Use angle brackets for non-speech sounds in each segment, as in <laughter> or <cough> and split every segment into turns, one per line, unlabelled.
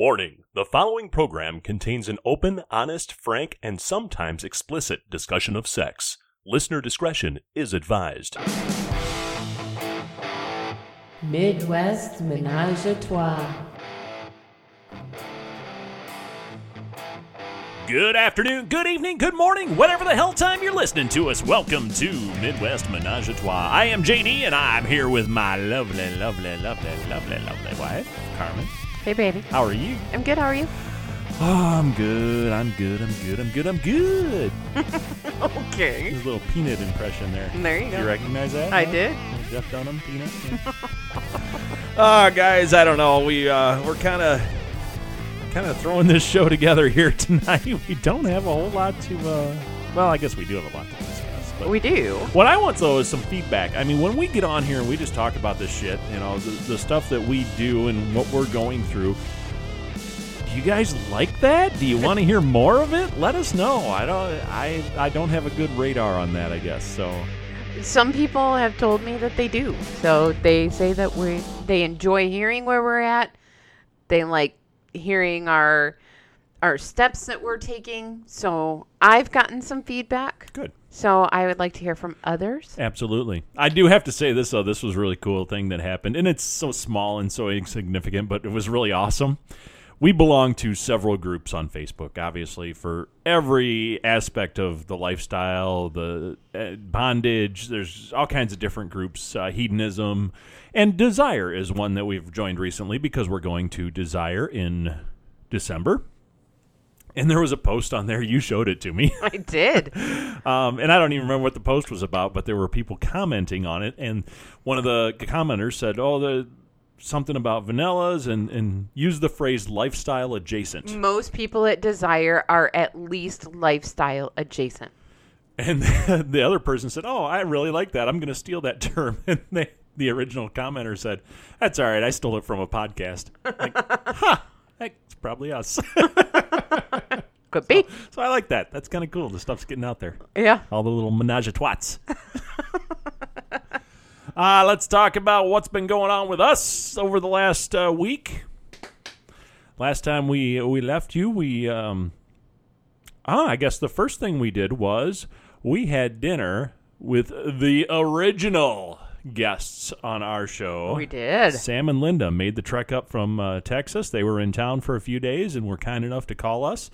Warning the following program contains an open, honest, frank, and sometimes explicit discussion of sex. Listener discretion is advised.
Midwest Ménage à Trois.
Good afternoon, good evening, good morning, whatever the hell time you're listening to us. Welcome to Midwest Menage a Trois. I am JD, and I'm here with my lovely, lovely, lovely, lovely, lovely wife, Carmen.
Hey, baby.
How are you?
I'm good. How are you?
Oh, I'm good. I'm good. I'm good. I'm good. I'm good.
Okay.
His little peanut impression there.
There you
Do
go.
you recognize that?
I
Huh?
did.
Jeff Dunham,
<laughs>
peanut. Ah, guys, I don't know. We uh, we're kind of kind of throwing this show together here <laughs> tonight. We don't have a whole lot to. Uh, well, I guess we do have a lot to discuss. But
We do.
what I want though is some feedback. I mean, when we get on here and we just talk about this shit, you know, the, the stuff that we do and what we're going through. Do you guys like that? Do you want to hear more of it? Let us know. I don't. I I don't have a good radar on that. I guess so.
Some people have told me that they do. So they say that we they enjoy hearing where we're at. They like hearing our our steps that we're taking. So I've gotten some feedback.
Good.
So I would like to hear from
<laughs>
others.
Absolutely. I do have to say this though. This was a really cool thing that happened, and it's so small and so insignificant, but it was really awesome. We belong to several groups on Facebook, obviously, for every aspect of the lifestyle, the uh, bondage. There's all kinds of different groups. Uh, hedonism and desire is one that we've joined recently because we're going to desire in December. And there was a post on there. You showed it to me. <laughs>
I did.
Um, and I don't even remember what the post was about, but there were people commenting on it, and one of the commenters said, "Oh, the something about vanillas," and and use the phrase "lifestyle adjacent."
Most people at Desire are at least lifestyle adjacent.
And <laughs> the other person said, "Oh, I really like that. I'm going to steal that <laughs> term." And they, the original commenter said, "That's all right. I stole it from a podcast." Like, huh? That's probably us. <laughs>
Could be.
so I like that. That's kind of cool. The stuff's getting out there.
Yeah.
All the little menage a twats. <laughs> uh, let's talk about what's been going on with us over the last uh, week. Last time we we left you, we um, ah, I guess the first thing we did was we had dinner with the original guests on our show.
We did.
Sam and Linda made the trek up from uh, Texas. They were in town for a few days and were kind enough to call us.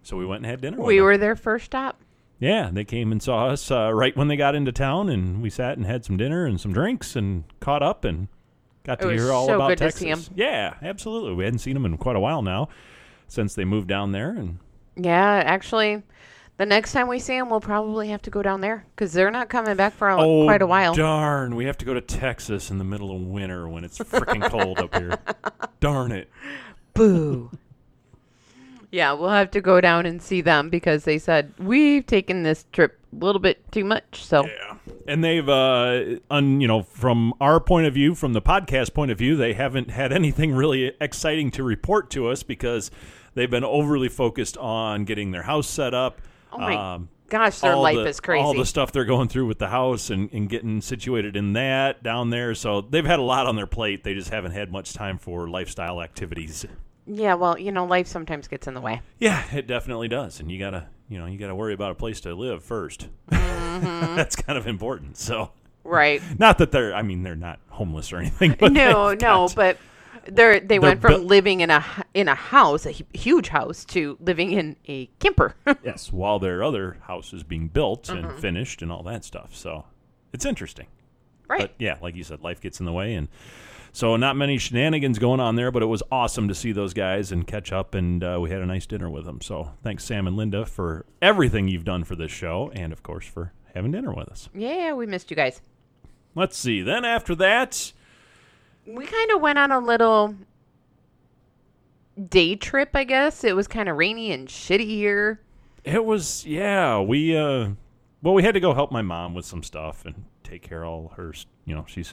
So we went and had dinner. with
We
them.
were their first stop.
Yeah, they came and saw us uh, right when they got into town, and we sat and had some dinner and some drinks and caught up and got
It
to
was
hear all
so
about
good to
Texas.
see 'em.
Yeah, absolutely. We hadn't seen them in quite a while now since they moved down there, and
Yeah, actually, the next time we see them, we'll probably have to go down there because they're not coming back for a,
oh,
quite a while.
Darn, we have to go to Texas in the middle of winter when it's freaking cold up
<laughs>
here. Darn it. <laughs>
Boo. yeah, we'll have to go down and see them because they said we've taken this trip a little bit too much. So
Yeah. And they've, uh, un, you know, from our point of view, from the podcast point of view, they haven't had anything really exciting to report to us because they've been overly focused on getting their house set up. um,
Oh my gosh, their
all
life
the-
is crazy.
All the stuff they're going through with the house and, and getting situated in that down there. So they've had a lot on their plate. They just haven't had much time for lifestyle activities.
yeah, well, you know, life sometimes gets in
<laughs>
the way.
Yeah, it definitely does. And you gotta, you know, you gotta worry about a place to live 1st <laughs>
Mm-hmm.
That's kind of important. So.
Right.
Not that they're, I mean, they're not homeless or anything. But
no,
they've
no,
got-
but they're, they went from
buil-
living in a h- in a house, a hu- huge house, to living in a camper. <laughs>
Yes, while their other house is being built
Mm-hmm.
and finished and all that stuff. So it's interesting.
right.
But yeah, like you said, life gets in the way. And so not many shenanigans going on there, but it was awesome to see those guys and catch up. And uh, we had a nice dinner with them. So thanks, Sam and Linda, for everything you've done for this show and, of course, for having dinner with us.
yeah, we missed you guys.
Let's see. Then after that,
we kind of went on a little day trip, I guess. It was kind of rainy and shitty here.
It was yeah, we uh well we had to go help my mom with some stuff and take care of all her, s- you know, she's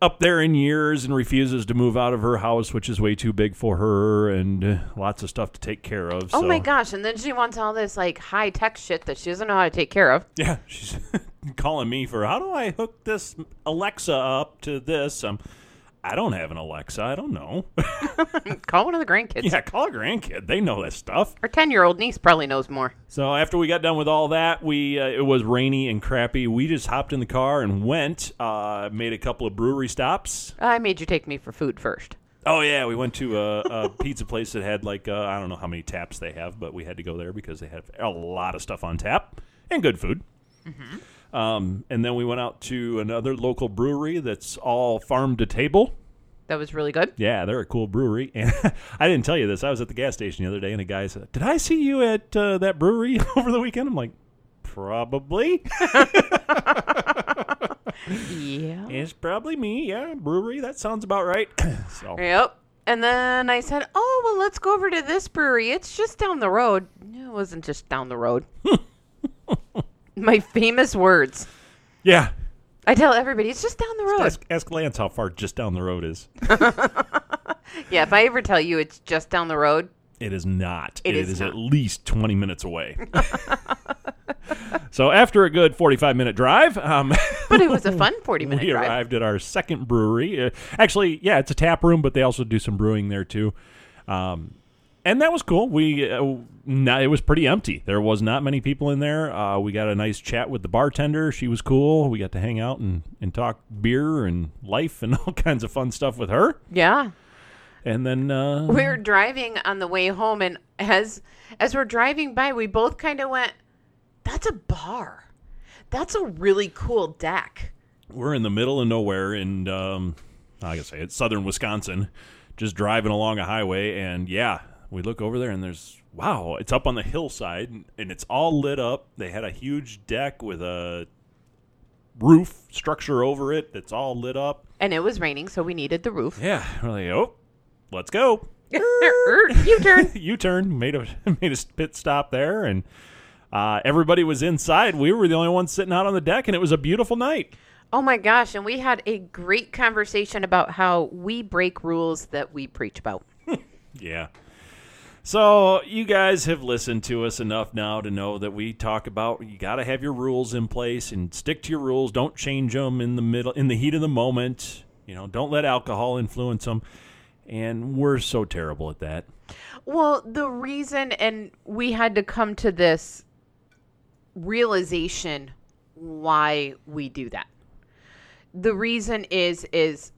up there in years and refuses to move out of her house which is way too big for her and uh, lots of stuff to take care of.
Oh my
so-
gosh, and then she wants all this like high tech shit that she doesn't know how to take care of. <laughs>
Yeah, <laughs> she's calling me for how do I hook this Alexa up to this? Um, I don't have an Alexa. I don't know. <laughs>
Call one of the grandkids.
yeah, call a grandkid. They know this stuff.
Our 10 year old niece probably knows more.
So after we got done with all that, we uh, it was rainy and crappy. We just hopped in the car and went. Uh, made a couple of brewery stops.
I made you take me for food first.
Oh yeah, we went to a, a pizza place that had like uh, I don't know how many taps they have, but we had to go there because they have a lot of stuff on tap and good food. Um, and then we went out to another local brewery that's all farm to table.
That was really good.
Yeah, they're a cool brewery. <laughs> And I didn't tell you this. I was at the gas station the other day, and a guy said, "Did I see you at uh, that brewery <laughs> over the weekend?" I'm like, "Probably.
Yeah.
it's probably me. Yeah, brewery. That sounds about right." <coughs> so
Yep. And then I said, oh, well, let's go over to this brewery. It's just down the road. No, it wasn't just down the road. My famous words.
yeah,
I tell everybody, it's just down the road.
ask, ask Lance how far just down the road is.
Yeah, if I ever tell you it's just down the road,
It is not.
It
it
is
is,
not.
at least 20 minutes away.
<laughs>
so after a good 45 minute drive, um, <laughs>
but it was a fun 40 minute
we
drive.
arrived at our second brewery. Uh, actually, yeah, it's a tap room, but they also do some brewing there too. Um, and that was cool. We uh, no, it was pretty empty. There was not many people in there. Uh, we got a nice chat with the bartender. She was cool. We got to hang out and, and talk beer and life and <laughs> all kinds of fun stuff with her.
Yeah.
And then uh,
we were driving on the way home and as as we're driving by we both kind of went that's a bar that's a really cool deck
we're in the middle of nowhere in um I gotta say it's southern Wisconsin, just driving along a highway and yeah, we look over there and there's wow, it's up on the hillside and, and it's all lit up. They had a huge deck with a roof structure over it that's all lit up.
and it was raining so we needed the roof
Yeah, we're like, oh, let's go. <laughs>
Er, you turn
U turn, made a <laughs> made a pit stop there and uh, everybody was inside. We were the only ones sitting out on the deck, and it was a beautiful night.
<laughs> oh my gosh and we had a great conversation about how we break rules that we preach about
Yeah. So you guys have listened to us enough now to know that we talk about you got to have your rules in place and stick to your rules. Don't change them in the middle in the heat of the moment. You know, don't let alcohol influence them. And we're so terrible at that.
Well, the reason, and we had to come to this realization why we do that. The reason is, is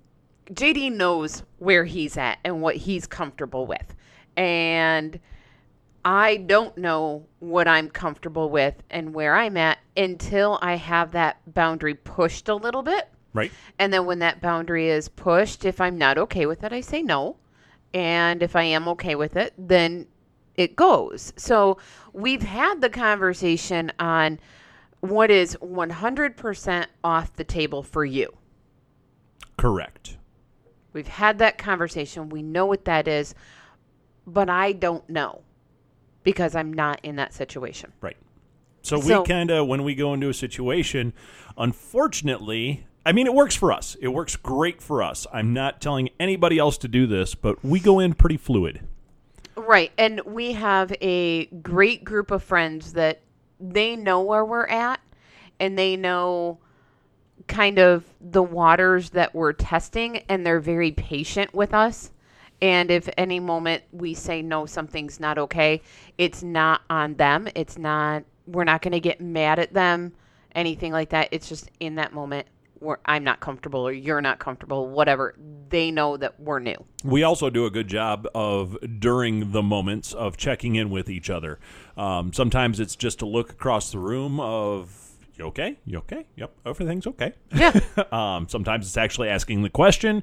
JD knows where he's at and what he's comfortable with. And I don't know what I'm comfortable with and where I'm at until I have that boundary pushed a little bit.
Right?
And then when that boundary is pushed, if I'm not okay with it, I say no. And if I am okay with it, then it goes. So we've had the conversation on what is 100% off the table for you.
Correct.
We've had that conversation. We know what that is, but I don't know because I'm not in that situation.
Right. So,
So-
we kind of, when we go into a situation, unfortunately, I mean, it works for us. It works great for us. I'm not telling anybody else to do this, but we go in pretty fluid.
Right. And we have a great group of friends that they know where we're at and they know kind of the waters that we're testing and they're very patient with us. And if any moment we say no, something's not okay, it's not on them. It's not, we're not going to get mad at them, anything like that. It's just in that moment where I'm not comfortable or you're not comfortable, whatever. They know that we're new.
we also do a good job of during the moments of checking in with each other. Um, sometimes it's just to look across the room of you okay, you okay, yep, everything's okay. <laughs>
Yeah.
um, sometimes it's actually asking the question,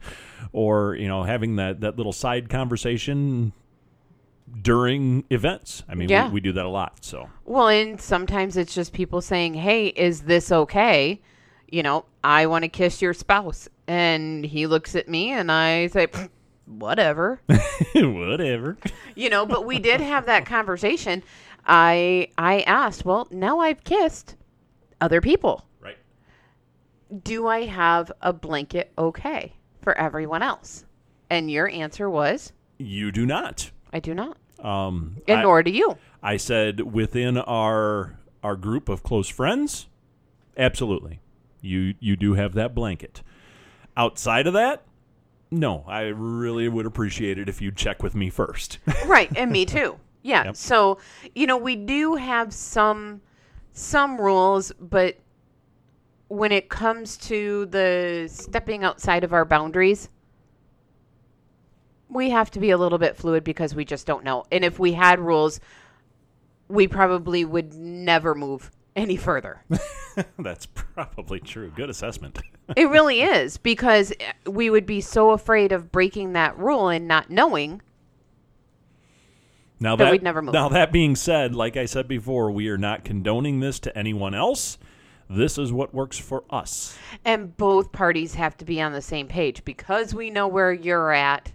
or you know having that that little side conversation during events. I mean,
Yeah.
we, we do that a lot. So <laughs>
Well, and sometimes it's just people saying, "Hey, is this okay?" You know, I want to kiss your spouse, and he looks at me, and I say, "Pfft, "Whatever,"
whatever.
you know. But we did have that conversation. I I asked, "Well, now I've kissed other people.
Right.
Do I have a blanket okay for everyone else?" And your answer was,
You do not.
"I do not,
Um,
and
I-
nor do you."
I said within our our group of close friends, absolutely. You you do have that blanket. Outside of that, no, I really would appreciate it if you check with me first. <laughs>
right and me too yeah so you know we do have some some rules but when it comes to the stepping outside of our boundaries we have to be a little bit fluid because we just don't know and if we had rules we probably would never move any further
That's probably true. Good assessment. <laughs>
it really is because we would be so afraid of breaking that rule and not knowing
Now
That
that,
we'd never move.
Now that being said, like I said before, we are not condoning this to anyone else. This is what works for us.
And both parties have to be on the same page because we know where you're at.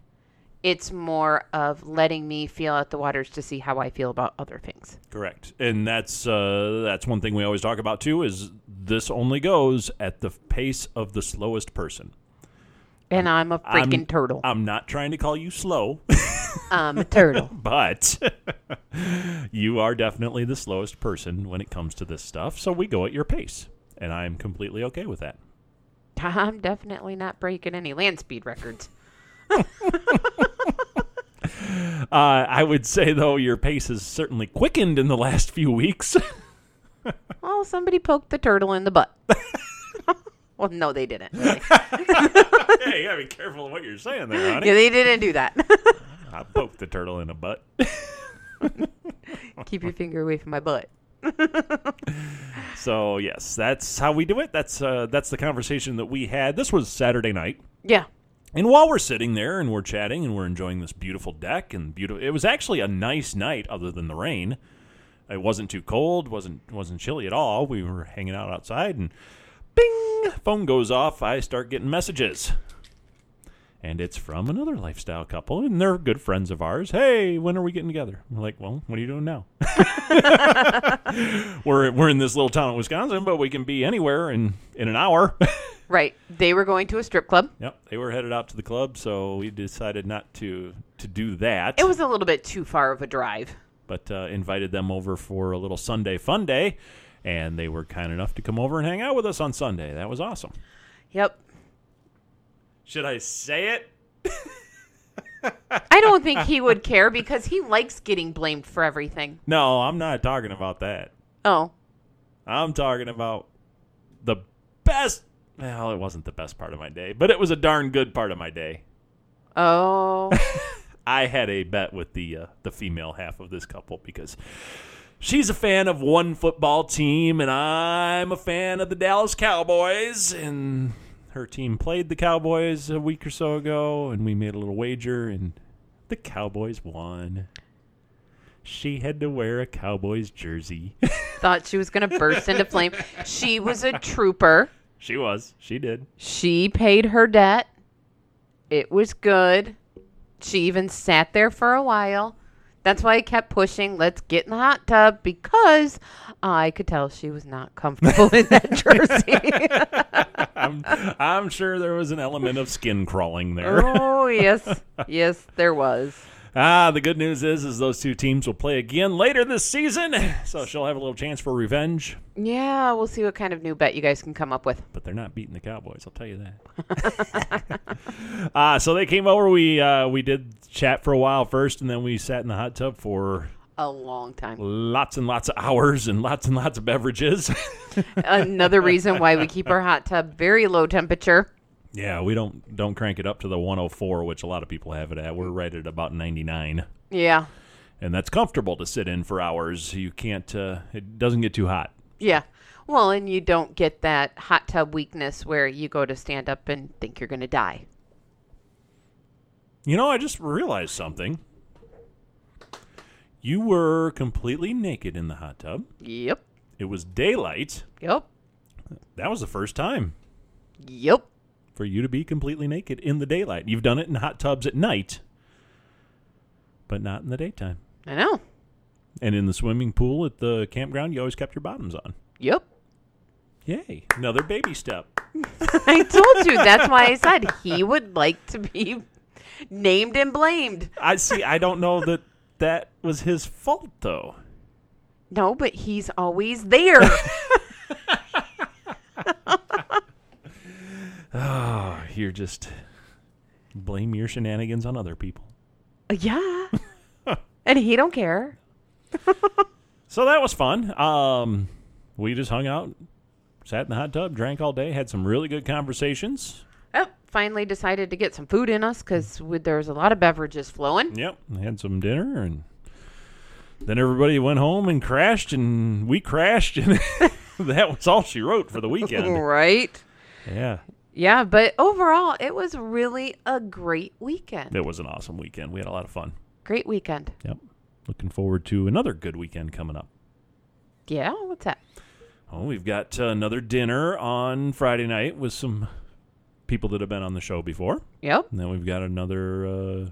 It's more of letting me feel out the waters to see how I feel about other things.
Correct, and that's uh, that's one thing we always talk about too. Is this only goes at the pace of the slowest person?
And I'm a freaking
I'm-
turtle.
I'm not trying to call you slow, <laughs>
I'm a turtle. <laughs>
but <laughs> you are definitely the slowest person when it comes to this stuff. So we go at your pace, and I'm completely okay with that.
I'm definitely not breaking any land speed records.
Uh, I would say though, your pace has certainly quickened in the last few weeks. <laughs>
Well, somebody poked the turtle in the butt. <laughs> well, no, they <laughs> didn't. really.
hey, you gotta be careful of what you're saying there, honey.
Yeah, they didn't do that. <laughs>
I poked the turtle in the butt.
Keep your finger away from my butt.
So yes, that's how we do it. That's uh, that's the conversation that we had. This was Saturday night,
Yeah.
and while we're sitting there and we're chatting and we're enjoying this beautiful deck and beautiful, it was actually a nice night other than the rain. It wasn't too cold, wasn't wasn't chilly at all. We were hanging out outside, and bing, phone goes off. I start getting messages. And it's from another lifestyle couple, and they're good friends of ours. Hey, when are we getting together? We're like, well, what are you doing now? <laughs> we're we're in this little town in Wisconsin, but we can be anywhere in in an hour. <laughs>
Right. They were going to a strip club.
yep, they were headed out to the club, so we decided not to to do that.
It was a little bit too far of a drive.
but uh, invited them over for a little Sunday fun day, and they were kind enough to come over and hang out with us on Sunday. That was awesome.
Yep.
Should I say it?
I don't think he would care because he likes getting blamed for everything.
No, I'm not talking about that.
Oh,
I'm talking about the best. Well, it wasn't the best part of my day, but it was a darn good part of my day.
oh,
I had a bet with the uh, the female half of this couple because she's a fan of one football team and I'm a fan of the Dallas Cowboys and her team played the Cowboys a week or so ago and we made a little wager and the Cowboys won. She had to wear a Cowboys jersey. <laughs>
thought she was gonna burst into flame. She was a trooper.
she was. She did. <laughs>
She paid her debt. It was good. She even sat there for a while. That's why I kept pushing. Let's get in the hot tub because I could tell she was not comfortable in that jersey.
I'm I'm sure there was an element of skin crawling there.
oh yes, yes, there was.
Ah, the good news is, is those two teams will play again later this season, so she'll have a little chance for revenge.
Yeah, we'll see what kind of new bet you guys can come up with.
But they're not beating the Cowboys, I'll tell you that. Ah, so they came over. We uh, we did chat for a while first, and then we sat in the hot tub for
A long time.
lots and lots of hours and lots and lots of beverages. <laughs>
another reason why we keep our hot tub very low temperature.
yeah, we don't don't crank it up to the 104, which a lot of people have it at. We're right at about 99.
Yeah.
and that's comfortable to sit in for hours. You can't. Uh, it doesn't get too hot.
Yeah. Well, and you don't get that hot tub weakness where you go to stand up and think you're going to die.
You know, I just realized something. You were completely naked in the hot tub.
Yep.
It was daylight.
Yep.
That was the first time
Yep.
for you to be completely naked in the daylight. You've done it in hot tubs at night, but not in the daytime.
I know.
And in the swimming pool at the campground, you always kept your bottoms on.
Yep. <laughs>
Yay. Another baby step.
I told you. That's why I said he would like to be named and blamed.
I see. I don't know that that was his fault, though.
No, but he's always there.
You're just Ah, Blame your shenanigans on other people.
Uh, Yeah. and he don't care.
So that was fun. Um, we just hung out, sat in the hot tub, drank all day, had some really good conversations.
Oh, finally decided to get some food in us because there's a lot of beverages flowing.
Yep, had some dinner, and then everybody went home and crashed, and we crashed, and <laughs> that was all she wrote for the weekend.
Right.
yeah,
Yeah, but overall, it was really a great weekend.
it was an awesome weekend. We had a lot of fun.
Great weekend.
Yep, looking forward to another good weekend coming up.
Yeah, what's that?
Oh, we've got uh, another dinner on Friday night with some people that have been on the show before.
Yep.
And then we've got another uh,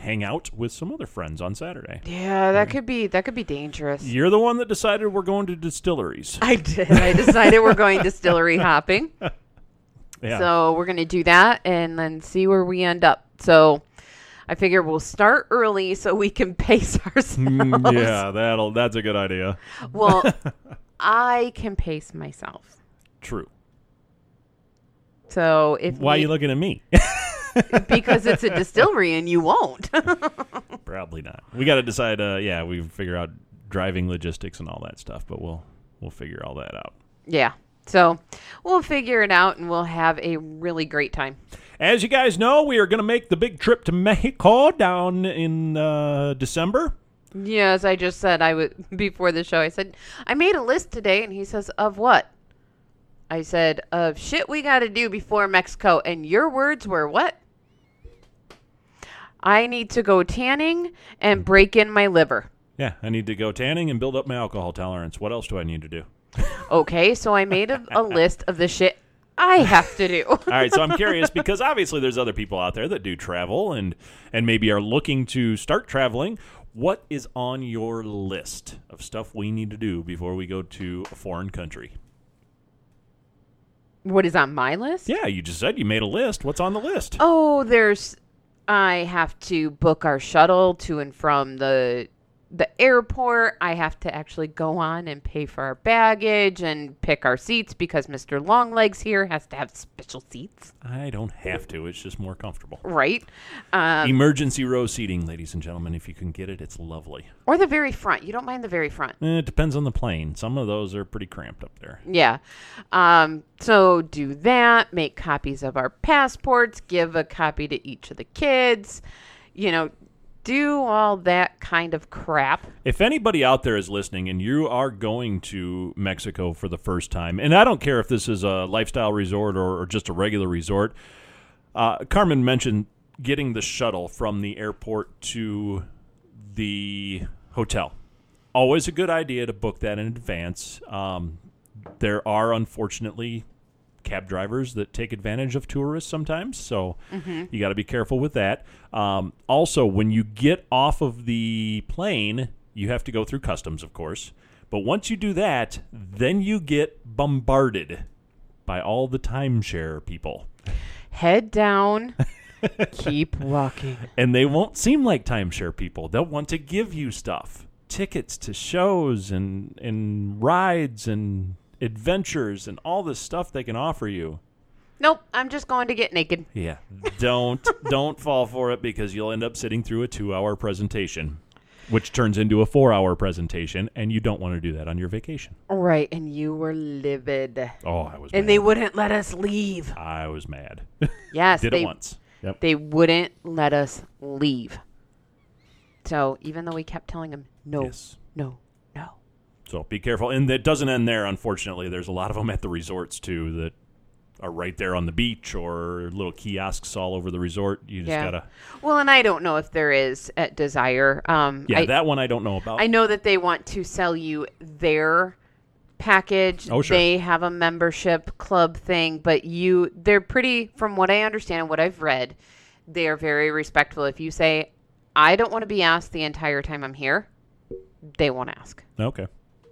hangout with some other friends on Saturday.
Yeah, that could be that could be dangerous.
You're the one that decided we're going to distilleries.
I did. I decided we're going distillery hopping.
<laughs> Yeah.
So we're going to do that and then see where we end up. So I figure we'll start early so we can <laughs> pace ourselves.
Mm, yeah, that'll that's a good idea. <laughs>
Well, I can pace myself.
True.
So if
Why are
we-
you looking at me? <laughs>
because it's a distillery and you won't.
Probably not. We got to decide. Uh, yeah, we figure out driving logistics and all that stuff, but we'll we'll figure all that out.
yeah. So we'll figure it out and we'll have a really great time.
As you guys know, we are going to make the big trip to Mexico down in uh, December.
Yeah, as I just said, I would <laughs> before the show. I said I made a list today, and he says of what? I said of shit we got to do before Mexico, and your words were what? I need to go tanning and break in my liver.
Yeah, I need to go tanning and build up my alcohol tolerance. What else do I need to do?
Okay, so I made a, a list of the shit I have to do. <laughs>
All right, so I'm curious because obviously there's other people out there that do travel and and maybe are looking to start traveling. What is on your list of stuff we need to do before we go to a foreign country?
what is on my list?
Yeah, you just said you made a list. What's on the list?
Oh, there's. I have to book our shuttle to and from the the airport. I have to actually go on and pay for our baggage and pick our seats because Mr. Longlegs here has to have special seats,
I don't have to. It's just more comfortable.
right? Um,
Emergency row seating, ladies and gentlemen. If you can get it, it's lovely.
or the very front. You don't mind the very front.
Eh, It depends on the plane. Some of those are pretty cramped up there.
Yeah. Um, so do that. Make copies of our passports. Give a copy to each of the kids. You know, do all that kind of crap.
If anybody out there is listening and you are going to Mexico for the first time, and I don't care if this is a lifestyle resort or, or just a regular resort, uh, Carmen mentioned getting the shuttle from the airport to the hotel. Always a good idea to book that in advance. Um, there are unfortunately cab drivers that take advantage of tourists sometimes. So you got to be careful with that. Um, also, when you get off of the plane, you have to go through customs, of course. But once you do that, then you get bombarded by all the timeshare people. <laughs>
head down, keep walking.
And they won't seem like timeshare people. They'll want to give you stuff tickets to shows and, and rides and adventures and all this stuff they can offer you.
Nope, I'm just going to get naked.
Yeah. Don't don't fall for it because you'll end up sitting through a 2-hour presentation which turns into a 4-hour presentation and you don't want to do that on your vacation.
Right, and you were livid.
Oh, I was
And
mad.
they wouldn't let us leave.
I was mad.
<laughs> Yes,
Did
they
it once. Yep.
they wouldn't let us leave. So even though we kept telling them no,
Yes.
no, no.
So be careful and that doesn't end there unfortunately. There's a lot of them at the resorts too that are right there on the beach or little kiosks all over the resort. You just
Yeah.
got to
Well, and I don't know if there is at Desire. Um,
Yeah,
I,
that one I don't know about.
I know that they want to sell you their package.
Oh, sure.
They have a membership club thing, but you they're pretty from what I understand and what I've read, they are very respectful. If you say, I don't want to be asked the entire time I'm here, they won't ask.
okay.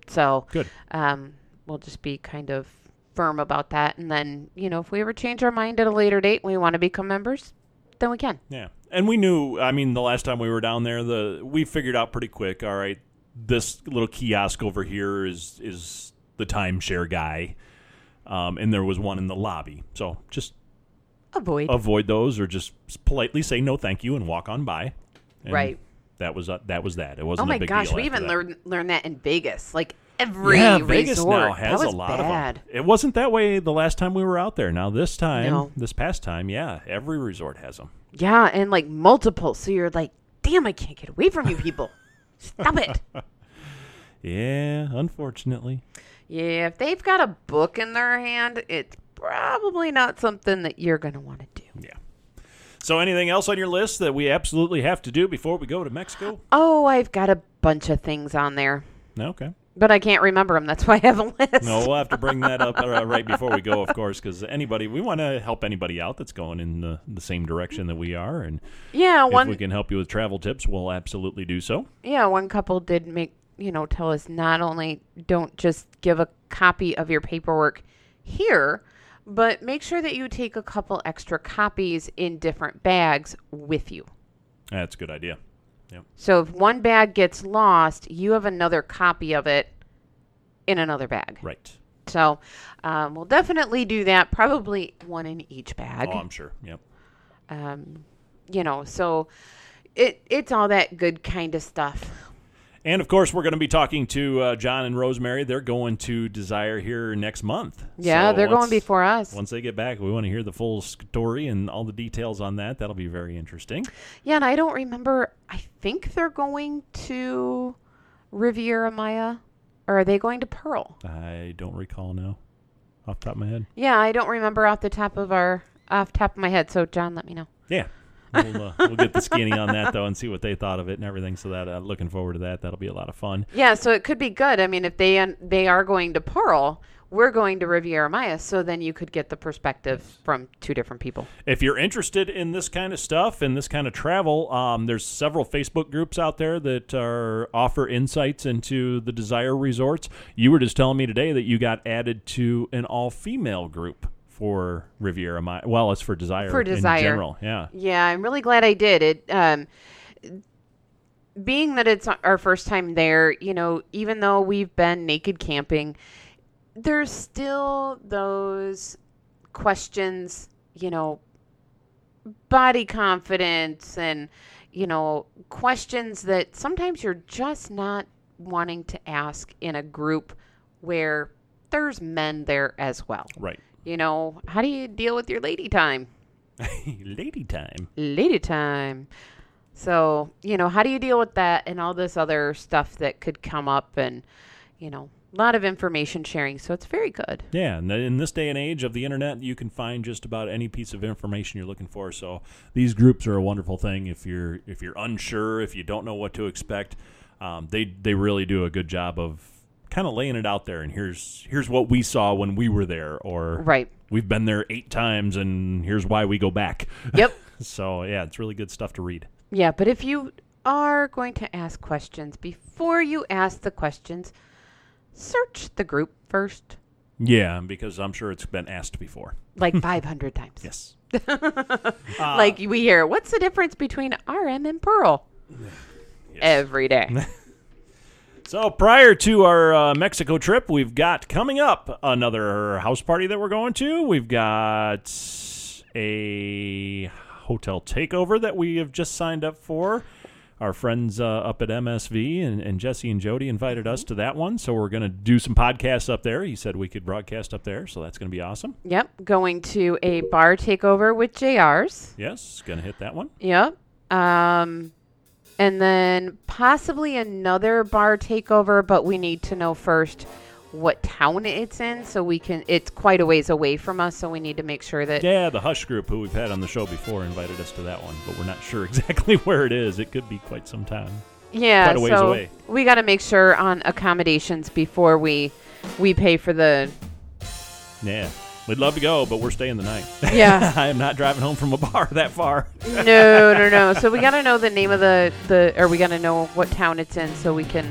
So
Good.
um we'll just be kind of firm about that and then, you know, if we ever change our mind at a later date and we want to become members, then we can.
Yeah. And we knew, I mean, the last time we were down there, the we figured out pretty quick, all right, this little kiosk over here is is the timeshare guy. Um, and there was one in the lobby. So just
Avoid.
avoid those or just politely say no thank you and walk on by. And
Right.
That was uh, that was that. It
oh
wasn't
my
a big
gosh,
deal
we
after
even
that.
learned learned that in Vegas. Like every
yeah,
resort
Vegas now has
that was
a lot
bad.
of them. It wasn't that way the last time we were out there. Now this time,
No.
this past time, yeah, every resort has them.
Yeah, and like multiple. So you're like, damn, I can't get away from you people.
<laughs>
Stop it.
Yeah, unfortunately.
Yeah, if they've got a book in their hand, it's probably not something that you're going to want to do.
Yeah. So anything else on your list that we absolutely have to do before we go to Mexico?
Oh, I've got a bunch of things on there,
No, okay.
but I can't remember them. That's why I have a list.
No, we'll have to bring that up uh, right before we go, of course, because anybody we want to help anybody out that's going in the, the same direction that we are, and
Yeah, one
if we can help you with travel tips, we'll absolutely do so.
yeah, one couple did make, you know, tell us not only don't just give a copy of your paperwork here, but make sure that you take a couple extra copies in different bags with you.
That's a good idea.
So if one bag gets lost, you have another copy of it in another bag.
Right.
So um, we'll definitely do that. Probably one in each bag.
Oh, I'm sure. Yep.
Um, you know, so it it's all that good kind of stuff.
And of course, we're going to be talking to uh, John and Rosemary. They're going to Desire here next month.
Yeah,
So
they're
once-
going before us.
Once they get back, we want to hear the full story and all the details on that. That'll be very interesting.
Yeah, and I don't remember. I think they're going to Riviera Maya, or are they going to Pearl?
I don't recall now, off the top of my head.
Yeah, I don't remember off the top of our off top of my head. So John, let me know.
Yeah. We'll, uh, we'll get the skinny on that though, and see what they thought of it and everything. So that uh, looking forward to that. That'll be a lot of fun.
Yeah, so it could be good. I mean, if they they are going to Pearl, we're going to Riviera Maya, so then you could get the perspective from two different people.
If you're interested in this kind of stuff and this kind of travel, um, there's several Facebook groups out there that are offer insights into the Desire resorts. You were just telling me today that you got added to an all-female group for Riviera Maya. Well, it's for Desire
For Desire.
in general. Yeah,
Yeah, I'm really glad I did it. Um, being that it's our first time there, you know, even though we've been naked camping, there's still those questions, you know, body confidence and, you know, questions that sometimes you're just not wanting to ask in a group where there's men there as well.
right. <laughs>
You know, how do you deal with your lady time?
Lady time.
lady time. So, you know, how do you deal with that and all this other stuff that could come up and, you know, a lot of information sharing. So it's very good.
Yeah, and th- in this day and age of the internet, you can find just about any piece of information you're looking for. So these groups are a wonderful thing if you're if you're unsure, if you don't know what to expect. Um, they they really do a good job of kind of laying it out there. And here's here's what we saw when we were there, or
Right.
we've been there eight times, and here's why we go back. <laughs>
Yep.
so yeah, it's really good stuff to read.
yeah. But if you are going to ask questions, before you ask the questions, search the group first,
Yeah, because I'm sure it's been asked before.
like 500 times.
Yes.
Like we hear, what's the difference between RM and Pearl? Every day.
So prior to our uh, Mexico trip, we've got coming up another house party that we're going to. We've got a hotel takeover that we have just signed up for. Our friends uh, up at MSV and, and Jesse and Jody invited us to that one, so we're going to do some podcasts up there. He said we could broadcast up there, so that's going to be awesome.
Yep. Going to a bar takeover with JR's.
Yes, going to hit that one.
Yep. Um, and then possibly another bar takeover, but we need to know first what town it's in, so we can. It's quite a ways away from us, so we need to make sure that.
Yeah, the Hush Group, who we've had on the show before, invited us to that one, but we're not sure <laughs> exactly where it is. It could be quite some time.
Yeah,
quite a ways
so
away.
we got to make sure on accommodations before we we pay for the. <laughs>
Yeah. We'd love to go, but we're staying the night.
Yeah.
<laughs> I am not driving home from a bar that far.
no, no, no. So we got to know the name of the the, or we got to know what town it's in, so we can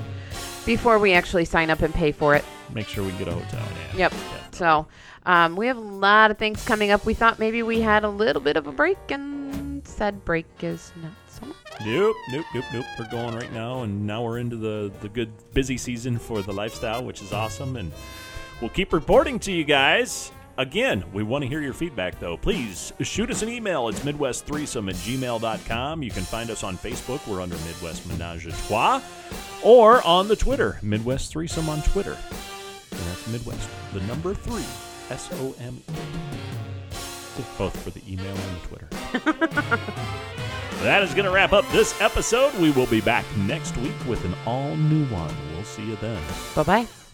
before we actually sign up and pay for it.
Make sure we can get a hotel. Yeah.
Yep. So um, we have a lot of things coming up. We thought maybe we had a little bit of a break, and said break is not so much.
Nope, nope, nope, nope. We're going right now, and now we're into the, the good busy season for the lifestyle, which is awesome. And we'll keep reporting to you guys Again, we want to hear your feedback, though. Please shoot us an email. It's MidwestThreesome at gmail.com. You can find us on Facebook. We're under Midwest Menage a Trois. Or on the Twitter, Midwest Threesome on Twitter. And that's Midwest, the number three, S O M E. Both for the email and the Twitter. That is going to wrap up this episode. We will be back next week with an all new one. We'll see you then.
Bye bye.